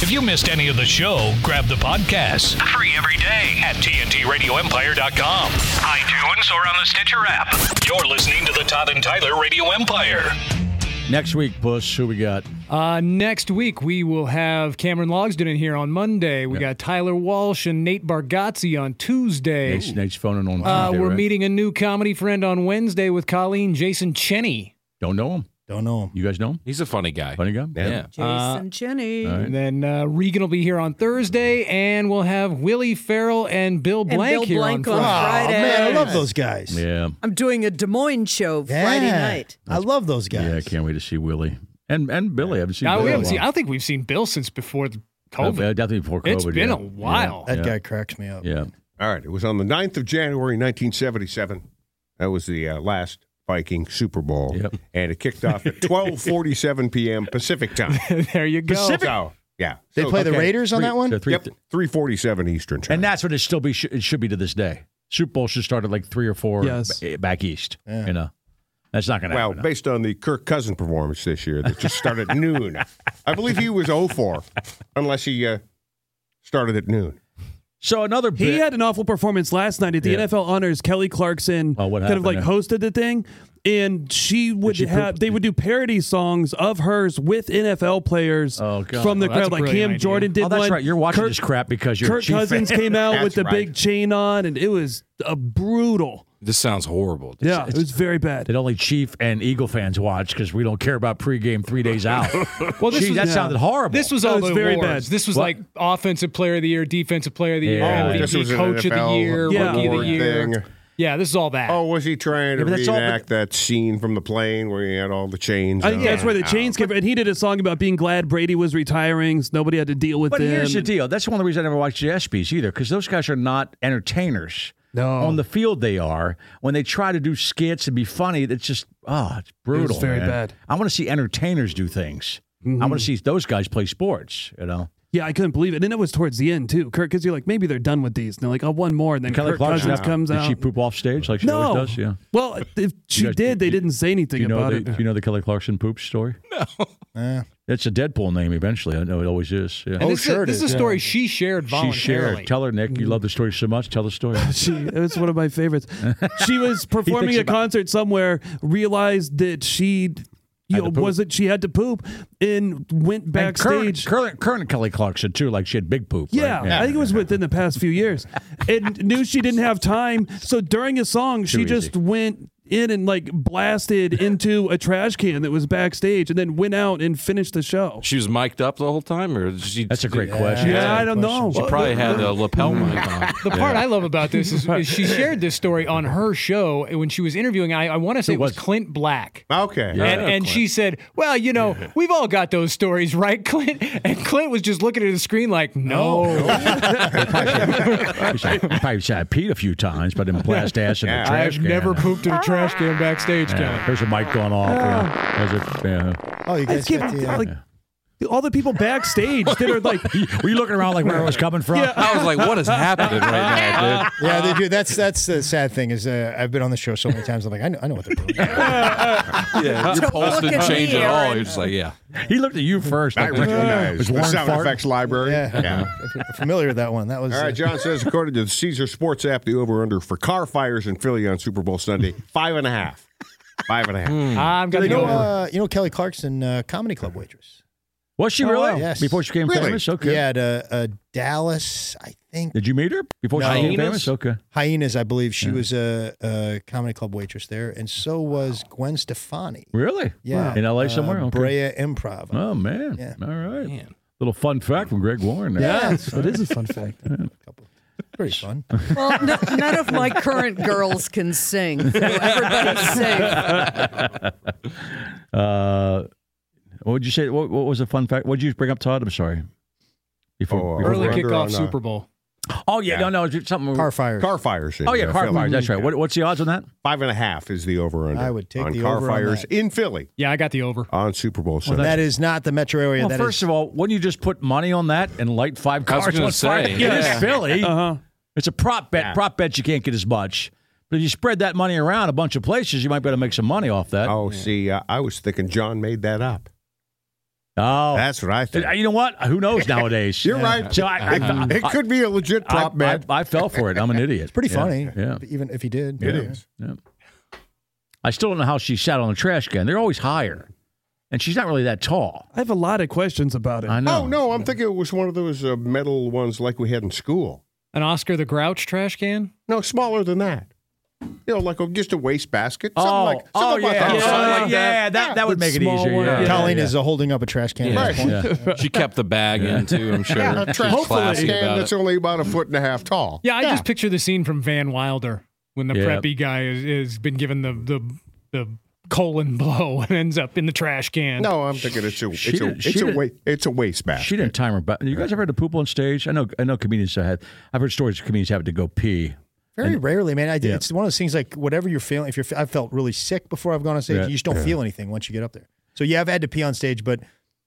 If you missed any of the show, grab the podcast. Free every day at TNTRadioEmpire.com. iTunes or on the Stitcher app. You're listening to the Todd and Tyler Radio Empire. Next week, Bush, who we got? Uh, next week, we will have Cameron Logsdon in here on Monday. We got Tyler Walsh and Nate Bargatze on Tuesday. Nate's, Nate's phoning on Uh, Tuesday, we're right? meeting a new comedy friend on Wednesday with Colleen Jason Cheney. Don't know him. Don't know him. You guys know him? He's a funny guy. Funny guy? Yeah. Jason Cheney. All right. And then uh, Regan will be here on Thursday, and we'll have Willie Farrell and Bill And Blank Bill here Blank on on Friday. Oh, Friday. man, I love those guys. Yeah. I'm doing a Des Moines show Yeah. Friday night. I love those guys. Yeah, I can't wait to see Willie. And and Billy. I haven't seen Now, Billy we in a haven't seen, I while. don't think we've seen Bill since before the Uh, COVID. definitely before COVID. It's been yeah. a while. Yeah. That guy cracks me up. Yeah. All right. It was on the 9th of January, 1977. That was the uh, last Viking Super Bowl. Yep. And it kicked off at 12.47 p.m. Pacific time. there you go. So, yeah. They So, play the okay. Raiders on Three- that one? so three- Yep. 3.47 Eastern time. And that's what it still be. It should be to this day. Super Bowl should start at like three or four Yes. ba- eh, back east. You know, that's not going to well, happen. based on the Kirk Cousin performance this year that just started at noon. I believe he was 04, unless he uh, started at noon. so another bit. He had an awful performance last night at the Yeah. NFL Honors. Kelly Clarkson Oh, what kind of like happened hosted the thing, and she would she have poop? they would do parody songs of hers with NFL players Oh, God. from the Oh, that's a crowd. Like Cam brilliant idea. Jordan did oh, that's one. right. You're watching Kirk, this crap because you're a Kirk Chief Cousins fan. came out with That's the right. big chain on, and it was a brutal. This sounds horrible. yeah, it was very bad. That only Chief and Eagle fans watch because we don't care about pregame three days out. well, this Gee, was- that yeah. sounded horrible. This was That all was the very awards. bad. This was What? like offensive player of the year, defensive player of the year, Yeah. This was MVP, an coach of Oh, the NFL year, Yeah. rookie of the award year. thing. Yeah, this is all that. Oh, was he trying to Yeah, but Uh, that's all- reenact that scene from the plane where he had all the chains? I think on? that's where the chains came from. And he did a song about being glad Brady was retiring. So nobody had to deal with But him. here's the deal. That's one of the reasons I never watched the ESPYS either, because those guys are not entertainers. No. On the field, they are. When they try to do skits and be funny, it's just, oh, it's brutal. very man. bad. Mm-hmm. I want to see entertainers do things. I want to see those guys play sports, you know? Yeah, I couldn't believe it. And it was towards the end too, Kirk, because you're like, maybe they're done with these. And they're like, oh, one more, and then Kelly Kirk Clarkson Cousins now. comes Did out. she poop off stage like she no. always does? Yeah. Well, if she guys- did, they didn't say Do anything you, know about the, it. do you know the Kelly Clarkson poop story? Eh. It's a Deadpool name eventually. I know it always Oh, is. Yeah. And this, is a, this is a story she shared She voluntarily. shared. Tell her, Nick, you love the story so much. Tell the story. She it was one of my favorites. She was performing a about- concert somewhere, realized that she you know, poop. wasn't she had to poop and went And current, backstage. current, current Kelly Clarkson, too. Like she had big poop. right? yeah, I think it was within the past few years. and knew she didn't have time. So during a song, she just went in and like blasted into a trash can that was backstage and then went out and finished the show. She was mic'd up the whole time, or did she? That's a great She question. Yeah, I don't know. probably had a lapel mic on. The part I love about this is, is she shared this story on her show when she was interviewing. I, I want to say it was was- Clint Black. Oh. Okay. and, and she said, "Well, you know, we've all got those stories, right, Clint?" And Clint was just looking at the screen like, "No, He's like, I probably said I peed a few times, but didn't blast ass in Yeah. the I trash I've never can. pooped in a trash can backstage, Yeah, Kelly." There's a mic going off. Yeah. There's a- yeah. Oh, you I guys just can't got the, uh, like all the people backstage that are like Were you looking around like where it was coming from? Yeah. I was like, what is happening right now, dude? yeah, they do. That's that's the sad thing is uh, I've been on the show so many times. I'm like, I know, I know what they're doing. Yeah, your pulse look didn't at change me, at all. Aaron. You're just like, yeah. He looked at you first. I like, was- recognize was the Warren sound farting? effects library. Yeah. yeah. I'm familiar with that one. That was All right, uh, John says, according to the Caesar Sports app, the over under for car fires in Philly on Super Bowl Sunday, five and a half. Five and a half. Hmm. I'm you gonna go. know, uh, you know Kelly Clarkson, uh, comedy club waitress. Was she really? wow. Yes. Before she became Really? famous? Okay. Yeah, at uh, uh, Dallas, I think Did you meet her before No. she became Hyenas? famous? Okay. Hyenas, I believe she was a, a comedy club waitress there, and so was Gwen Stefani. Really? Yeah, In LA uh, somewhere? Okay. Brea Improv. Oh, man. Yeah. All right. Man. Little fun fact from Greg Warren. there. Yeah, Yes, that is a fun fact. Pretty fun. Well, no, none of my current girls can sing. So everybody's safe. Uh, what would you say? What, what was a fun fact? What did you bring up, Todd? I'm sorry. Before, Oh, before Early Over under kickoff on, uh, Super Bowl. Oh yeah, no, no, it's something. Car fires. Car fires. uh, oh yeah, car Philly. fires. That's right. What, what's the odds on that? Five and a half is the over under. I would take on the car over on fires that. in Philly Yeah, I got the over. on Super Bowl Sunday. that is not the metro area. Well, That is first of all, wouldn't you just put money on that and light five I was cars gonna on fire? say. It is Yeah. Philly. Uh Uh-huh. huh. It's a prop bet. Prop bets you can't get as much, but if you spread that money around a bunch of places, you might be able to make some money off that. oh, see, uh, I was thinking John made that up. Oh. That's what I think. you know what? Who knows nowadays? You're right. So I, I, it, it could be a legit I- prop bet. I, I fell for it. I'm an idiot. It's pretty funny. Yeah. Even if he did. It yeah. is. I still don't know how she sat on the trash can. They're always higher, and she's not really that tall. I have a lot of questions about it. I know. Oh no, I'm thinking it was one of those uh, metal ones like we had in school. An Oscar the Grouch trash can? No, smaller than that. You know, like a, just a wastebasket. Something Oh, like, oh, something like yeah, that. yeah, Something yeah, like yeah, that that would The make it small easier. one. Yeah. Colleen yeah. is uh, holding up a trash can. Yeah. At this point. Yeah. She kept the bag in too, I'm sure. Yeah, a She's trash classy can about that's it. only about a foot and a half tall. Yeah, I just picture the scene from Van Wilder when the Yeah. preppy guy is, is been given the the the colon blow and ends up in the trash can. No, I'm thinking it's a She it's a did- she it's a, did- wa- it's a wastebasket. She didn't time her back. You guys ever had to poop on stage? I know. I know comedians that have. I've heard stories of comedians having to go pee. Very rarely, man. I, Yeah. It's one of those things like whatever you're feeling. If you're, I felt really sick before I've gone on stage. Yeah. You just don't feel anything once you get up there. So yeah, I've had to pee on stage, but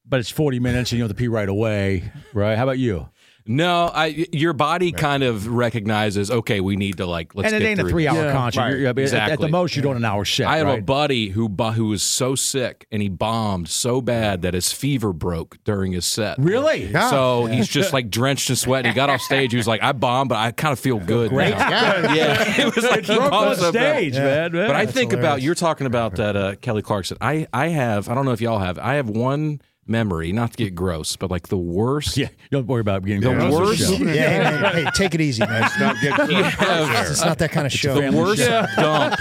But it's 40 minutes and you have to pee right away, right? How about you? No, I, your body kind of recognizes, okay, we need to like, let's and it get ain't a through three hour this. concert. Right. You're- you're- at- at, the Exactly. most, you're doing an hour set. I have a right? buddy who bu- who was so sick and he bombed so bad that his fever broke during his set. Really? So he's just like drenched in sweat. He got off stage. He was like, "I bombed, but I kind of feel good." Great. Yeah. yeah. It was like he Broke on bombed so bad. stage, man. But I Yeah. think about you're talking about that uh, Kelly Clarkson. I I have I don't know if y'all have. I have one memory, not to get gross, but like the worst. Yeah, don't worry about getting The gross. worst- Yeah. yeah, hey, man, hey, take it easy, man. It's not, You have- it's not that kind of show. family worst dump.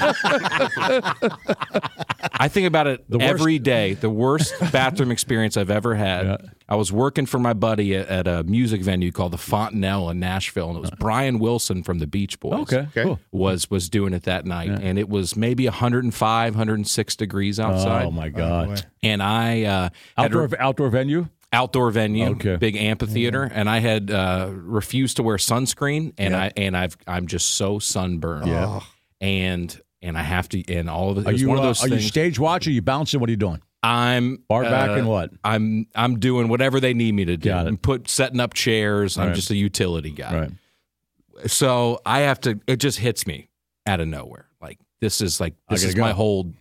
I think about it The worst- every day. The worst bathroom experience I've ever had. I was working for my buddy at, at a music venue called the Fontanelle in Nashville, and it Uh-huh. was Brian Wilson from the Beach Boys. Okay, Okay. cool. was was doing it that night, and it was maybe 105, 106 degrees outside. Oh my god! And I uh, had outdoor outdoor venue. outdoor venue, Okay. big amphitheater, and I had uh, refused to wear sunscreen, and I and I've I'm just so sunburned, yeah, and and I have to, and all of it, Are it's you one of uh, those are you things. stage watching? Are you bouncing? What are you doing? I'm Bar back uh, and what? I'm I'm doing whatever they need me to do. Got it. And put setting up chairs. I'm Right. just a utility guy. Right. So I have to. It just hits me out of nowhere. Like this is like I this gotta is go. my whole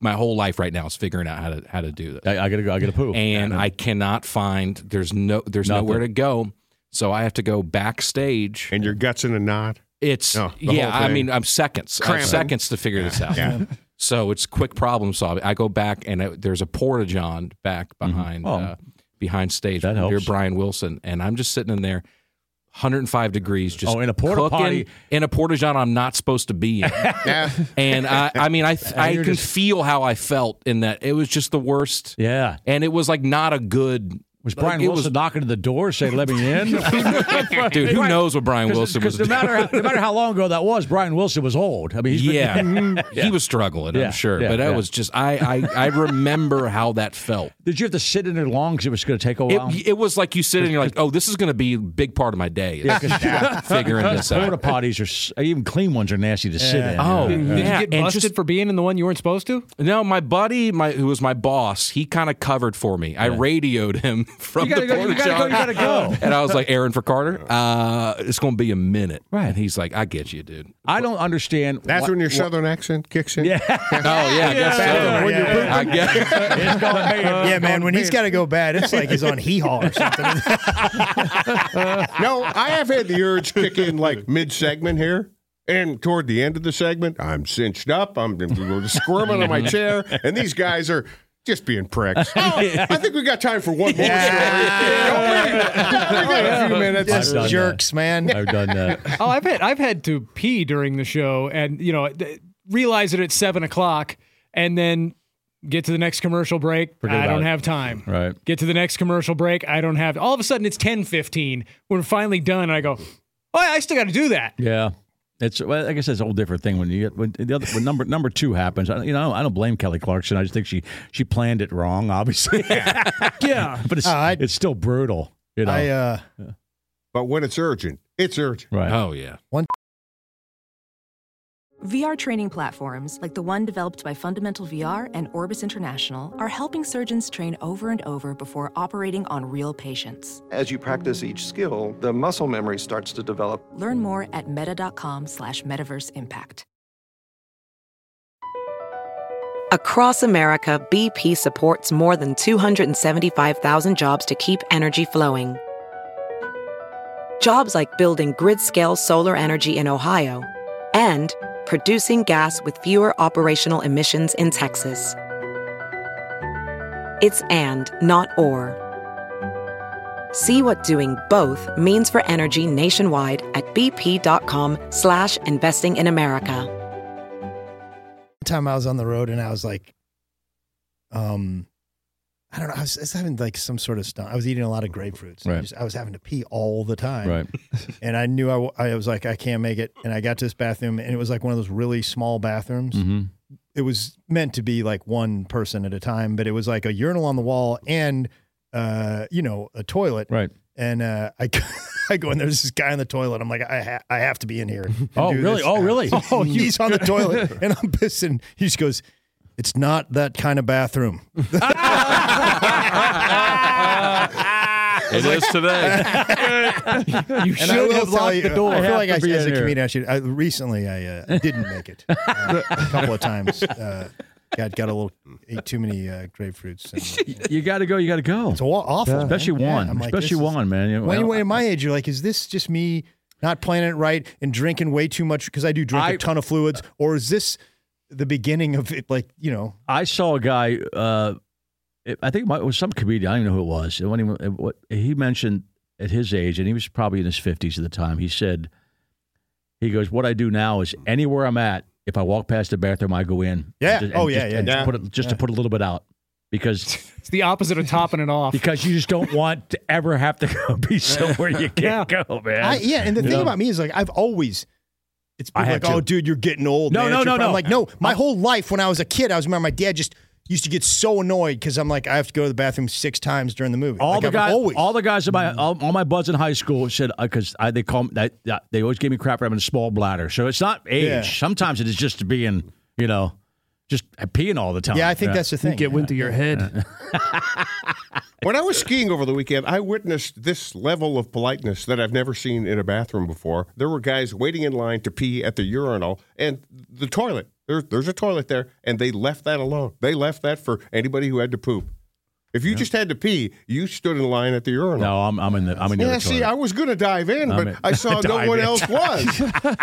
my whole life right now is figuring out how to how to do this I, I gotta go. I gotta poop. and I cannot find. There's no. There's Nothing. nowhere to go. So I have to go backstage. and your guts in a knot. It's Oh, the yeah. whole I thing. mean, I'm seconds. I'm Cramping. seconds to figure this out. Yeah. So it's quick problem solving. I go back and I, there's a porta john back behind Oh. uh, behind stage That near helps. Brian Wilson, and I'm just sitting in there. 105 degrees, just Oh, in a porta cooking potty. in a porta john I'm not supposed to be in, Yeah. and I, I mean I I you're can feel how I felt in that it was just the worst, yeah. and it was like not a good. Was like, Brian it Wilson knocking at the door, saying, "Let me in"? Dude, who knows what Brian Wilson was Because no matter how, no matter how long ago that was, Brian Wilson was old. I mean, he's been- yeah. he was struggling, Yeah, I'm sure. yeah, but that yeah. was just I, I I remember how that felt. did you have to sit in it long because it was going to take a while? It, it was like you sit and you're like, oh, this is going to be a big part of my day. is figuring this Porta out. potties are s- even clean ones are nasty to sit in. Oh, Did yeah. you get and busted just, for being in the one you weren't supposed to? no, my buddy, my who was my boss, he kind of covered for me. I radioed him from You gotta the go, you porta gotta go, john. you gotta go. And I was like, Aaron for Carter, uh, it's going to be a minute. Right. And he's like, I get you, dude. I don't understand. That's why- when your southern accent kicks in. Yeah. Oh, yeah, I guess so. When you're I guess. yeah, man. When he's got to go bad, it's like he's on hee haw or something. No, I have had the urge kick in like mid segment here. And toward the end of the segment, I'm cinched up. I'm squirming on my chair. And these guys are just being pricks. Oh, I think we got time for one more story. we got a few minutes. I've done Jerks, man. that. I've done that. Oh, I've had I've had to pee during the show, and you know, th- realize it at seven o'clock, and then Get to the next commercial break. Forget I about don't it. have time. Right. Get to the next commercial break. I don't have. All of a sudden, it's ten fifteen. We're finally done, and I go, "Oh, yeah, I still got to do that." Yeah. It's well, I guess it's a whole different thing when you get when the other when number number two happens. I, you know, I don't, I don't blame Kelly Clarkson. I just think she she planned it wrong, obviously. yeah, but it's Uh, I- it's still brutal. You know, I uh, But when it's urgent, it's urgent. right? Oh yeah. VR training platforms like the one developed by Fundamental VR and Orbis International are helping surgeons train over and over before operating on real patients. As you practice each skill, the muscle memory starts to develop. Learn more at meta.com slash metaverse impact. Across America, BP supports more than 275,000 jobs to keep energy flowing. Jobs like building grid scale solar energy in Ohio and producing gas with fewer operational emissions in Texas. It's and, not or. See what doing both means for energy nationwide at bp.com slash investing in America. one time I was on the road and I was like, um, I don't know. I was, I was having like some sort of stunt. I was eating a lot of grapefruits. I Right. just- I was having to pee all the time. Right. And I knew I, w- I was like, I can't make it. And I got to this bathroom and it was like one of those really small bathrooms. Mm-hmm. It was meant to be like one person at a time, but it was like a urinal on the wall and, uh, you know, a toilet. Right. And uh, I, I go in there. There's this guy in the toilet. I'm like, I ha- I have to be in here. and Oh, do really? this. Oh, really? Oh, he's on the toilet, and I'm pissing. He just goes, "It's not that kind of bathroom." It is today. You And I should will have tell locked you, the door. I feel have like to I, be as in a here. comedian, I should. I, recently, I uh, didn't make it uh, a couple of times. Uh, got got a little ate too many uh, grapefruits. And, You got to go. You got to go. it's aw- awful, man. Especially Yeah, one. I'm like, Especially this is- one, man. You- When you well, were at my age, you're like, is this just me not playing it right and drinking way too much because I do drink a I- ton of fluids, or is this the beginning of it? Like, you know, I saw a guy. Uh, it- I think it might- it was some comedian. I don't even know who it was. It wasn't even- it- what- he mentioned at his age, and he was probably in his fifties at the time. He said, "He goes, what I do now is anywhere I'm at, if I walk past the bathroom, I go in. Yeah. And just- Oh, and yeah, just- yeah, and just yeah. put it- just to put a little bit out because It's the opposite of topping it off. because you just don't want to ever have to go be somewhere you can't go, man. I, yeah. And the You thing know? about me is like, I've always. It's I been have like, oh, to. dude, you're getting old. No, man. no, It's your no, fault." I'm no. like, no, my whole life when I was a kid, I was remember my dad just used to get so annoyed because I'm like, I have to go to the bathroom six times during the movie. All Like, the I've guys, always- Mm. all the guys in my, all, all my buds in high school said because I they call that they always gave me crap for having a small bladder. So it's not age. Yeah. Sometimes it is just being, you know, just peeing all the time. yeah, I think that's the thing. Get into your head. When I was skiing over the weekend, I witnessed this level of politeness that I've never seen in a bathroom before. There were guys waiting in line to pee at the urinal and the toilet. There, there's a toilet there, and they left that alone. They left that for anybody who had to poop. If you just had to pee, you stood in line at the urinal. No, I'm, I'm in the I'm in the Yeah, other see, toilet. I was going to dive in, I'm but in- I saw no Dive one in. else was.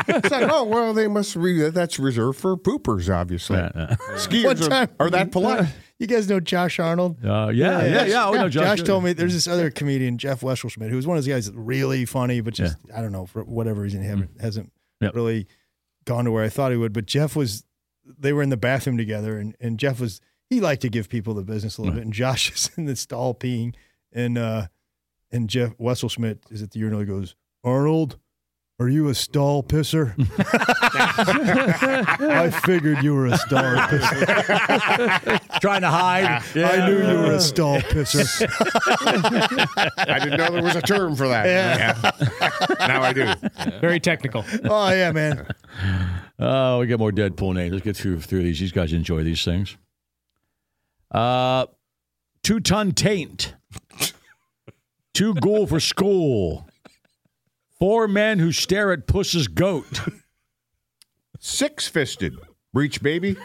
it's like, oh, well, they must re- that's reserved for poopers, obviously. One Skiers time- are, are that polite. You guys know Josh Arnold? Uh, yeah, yeah, yeah. Oh, no, Josh, Josh told me there's this other comedian, Jeff Wesselschmidt, who's one of those guys that's really funny, but just I don't know for whatever reason he haven't, hasn't Mm. Yep. really gone to where I thought he would. But Jeff was, they were in the bathroom together, and and Jeff was he liked to give people the business a little bit, and Josh is in the stall peeing, and uh, and Jeff Wesselschmidt is at the urinal. He goes, Arnold. Are you a stall pisser? I figured you were a stall pisser. trying to hide. I knew you were a stall pisser. I didn't know there was a term for that. Yeah. now I do. Very technical. oh yeah, man. Oh, we got more Deadpool names. Let's get through through these. These guys enjoy these things. Uh, two ton taint, two ghoul for school, four men who stare at puss's goat. Six fisted breech baby,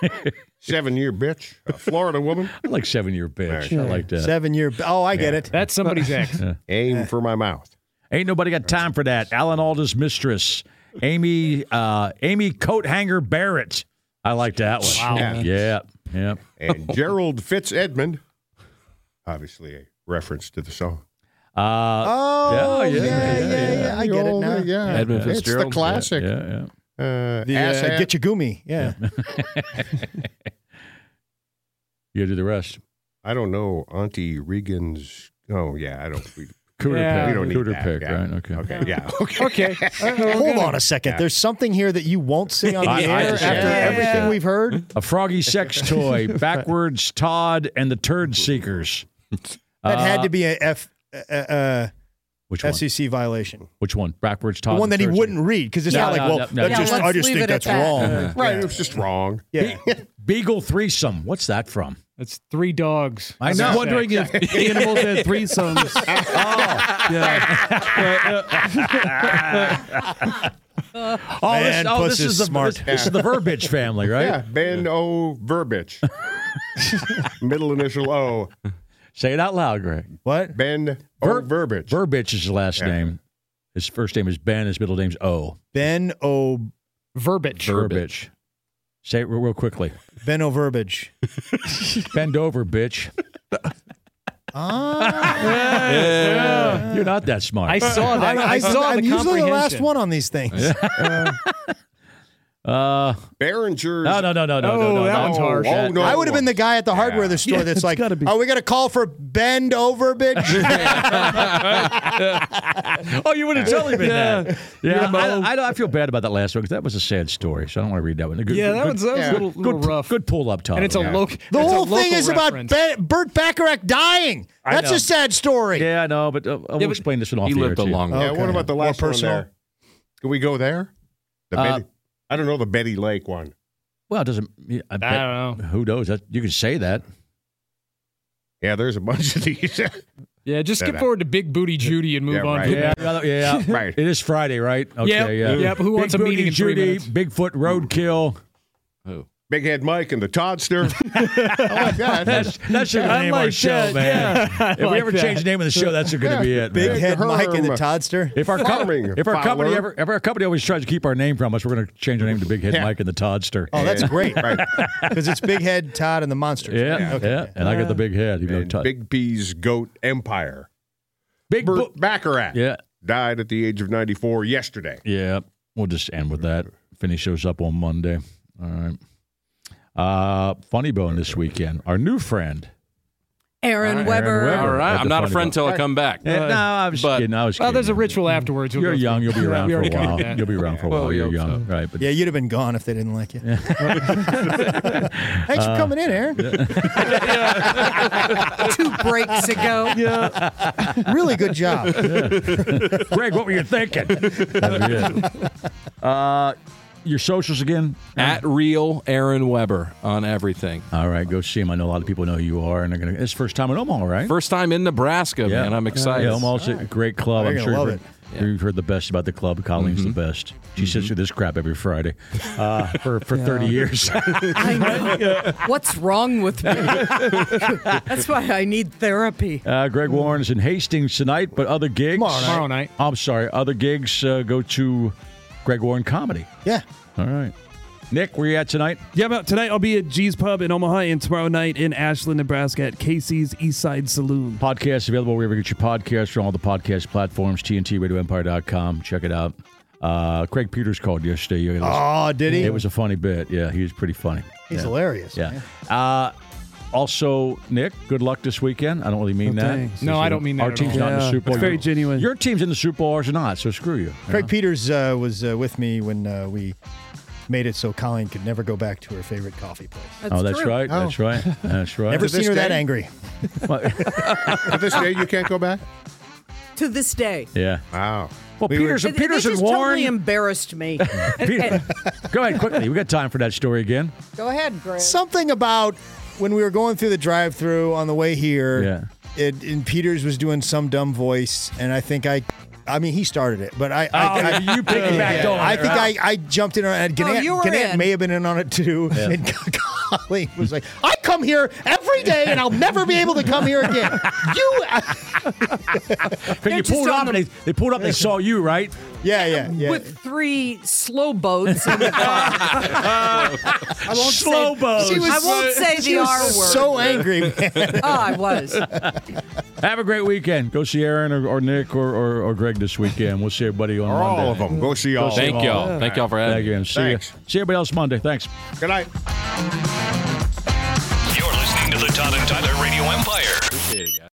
seven year bitch, a Florida woman. I like seven year bitch. I like that. Seven year. Oh, I get it. That's somebody's ex. Aim for my mouth. Ain't nobody got time for that. Alan Alda's mistress, Amy uh, Amy Coat Hanger Barrett. I like that one. Wow. Yeah. Yeah. And Gerald Fitz Edmund, obviously a reference to the song. Uh, oh, yeah, yeah, yeah, I get it now. Yeah. Edmund it's the Fitzgerald. classic. yeah, yeah. Uh, The, ass uh, hat. get your gumi. Yeah. You got to do the rest. I don't know Auntie Regan's. Oh yeah, I don't. We, Cooter yeah. pick. We don't need Cooter that. Uh, pick, yeah. right? Okay. Okay. Yeah. Okay. Hold on a second. Yeah. There's something here that you won't see on the I- I air after understand. Yeah. everything we've heard. A froggy sex toy, backwards Todd and the turd seekers. That had Uh, to be a F, uh, uh, which one? SEC violation. Which one? Backwards The Todd. one and that he turd wouldn't seekers. read because it's No, not no, like, well, no, no. that Yeah, just, I let's just leave think it at that's that. wrong. Uh-huh. Right. Yeah. It was just wrong. Yeah. Beagle threesome. What's that from? That's three dogs. I was know. wondering if animals had threesomes. Oh, Man, this, oh, puss this is is the smart. This, this is the verbiage family, right? Yeah. Ben O. Verbiage. Middle initial O. Say it out loud, Greg. What? Ben O. Ver- Verbiage. Verbiage is his last name. His first name is Ben. His middle name's O. Ben O. Verbiage. Verbiage. Say it real, real quickly. Ben O. Verbiage. Bend over, bitch. Ah. You're not that smart. I saw that. I, saw am the usually the last comprehension. one on these things. Uh, Behringer's. no, no, no, no, no, no, Oh, no. that no. one's harsh. Oh, no. I would have been the guy at the hardware the store Yeah, that's it's like, gotta be. "Are we gonna call for bend over, bitch?" Oh, you wouldn't tell me Yeah. that. Yeah, Mo. I, I, I feel bad about that last one because that was a sad story. So I don't want to read that one. Good- Yeah, that good- one's, that was a yeah. little, little good, rough. Good pull up, Todd. And it's a Yeah. local. the it's a whole thing local is reference. about Be- Bert Bacharach dying. I That's know. a sad story. Yeah, I know, but uh, I will but explain this one off He the air, lived a too. long Yeah, life. Oh, what about the More last one personal? there? Can we go there? The Uh, Betty, I don't know the Betty Lake one. Well, it doesn't. I, bet, I don't know. Who knows? That, you can say that. Yeah, there's a bunch of these. Yeah, just skip That- forward to Big Booty Judy and move Yeah, on. right. from Yeah, that. yeah, yeah. Right. It is Friday, right? Okay, yeah. Yep, yep. Who wants Big a meeting Booty in three Judy, minutes? Bigfoot roadkill. Big Head Mike and the Toddster. I like that. That's that's your name on like our show, that, man. yeah. if I we like ever that. change the name of the show, that's going to be it. Big man. head Herm. Mike and the Toddster. If our co- Farming if our company Fowler. ever if our company always tries to keep our name from us, we're going to change our name to Big Head Yeah. Mike and the Toddster. Oh, that's Yeah. great. Right. Because it's Big Head Todd and the Monsters. yeah, yeah, Okay. and I got the big head. even though And Todd- Big P's Goat Empire. big, Bert Bo- Bacharach yeah, died at the age of 94 yesterday. yeah. We'll just end with that. Finish those up on Monday. All right. Uh, funny bone this weekend. Our new friend. Aaron Weber. Weber. All right. That's I'm the not a funny friend till part. I come back. Eh, no, I was but- kidding. I was Well, kidding. Oh, there's a ritual afterwards. We'll You're go through. young. You'll be We around for a already covered while. that. You'll be around for a Well, while. we You're hope young, right? But Yeah, you'd have been gone if they didn't like you. Thanks for coming in, Aaron. Two breaks ago. Really good job. Greg, what were you thinking? That'd be it. Uh, your socials again? At real Aaron Weber on everything. All right, go see him. I know a lot of people know who you are, and they're gonna. It's first time in Omaha, right? First time in Nebraska, man. I'm excited. Yeah, Omaha's a great club. They're I'm gonna sure love you've heard, you've heard the best about the club. Colleen's Mm-hmm. the best. She sits through this crap every Friday uh, for for 30 years. I know. What's wrong with me? That's why I need therapy. Uh, Greg Warren is in Hastings tonight, but other gigs. Tomorrow night. Tomorrow night. I'm sorry, other gigs uh, go to Greg Warren Comedy. Yeah. All right. Nick, where you at tonight? Yeah, but tonight I'll be at G's Pub in Omaha, and tomorrow night in Ashland, Nebraska, at Casey's Eastside Saloon. Podcast available wherever you get your podcasts from all the podcast platforms, TNTRadioEmpire.com. Check it out. Uh, Craig Peters called yesterday. You gotta listen. Oh, did he? It was a funny bit. Yeah, he was pretty funny. He's yeah. hilarious. Yeah. Uh, also, Nick, good luck this weekend. I don't really mean Oh, that. thanks. No, I don't mean that Our at team's all. not in the Yeah, Super Bowl. it's very Your- genuine. Your team's in the Super Bowl. Ours are not. So screw you. Craig Peters uh, was uh, with me when uh, we made it so Colleen could never go back to her favorite coffee place. That's Oh, that's true. right. That's right. That's right. Never To seen this her that day? angry. To this day, you can't go back? To this day. yeah. Wow. Well, We were- Peters, They- they Peters and just Warren. totally embarrassed me. Peter, go ahead quickly. We got time for that story again. Go ahead, Greg. Something about when we were going through the drive-through on the way here. Yeah. It, and Peters was doing some dumb voice, and I think I, I mean, he started it, but I, Oh, I, I you piggybacked on it, I think right? I, I jumped in on it. Oh, Gannett, you were Gannett in. may have been in on it too. And Colleen was like, "I come here every day, and I'll never be able to come here again." You, But you just pulled on up, and they, they pulled up. They saw you, right? yeah, yeah, yeah. With three slow boats in the car. I won't say- Slowbos. She Oh, was I won't say the R word. so angry, man. oh, I was. Have a great weekend. Go see Aaron or, or Nick or, or, or Greg this weekend. We'll see everybody on Or Monday. all of them. Go see all of Thank them. y'all. Oh. Thank y'all for having Thank me. you, and see ya. Thanks. See everybody else Monday. Thanks. Good night. You're listening to the Todd and Tyler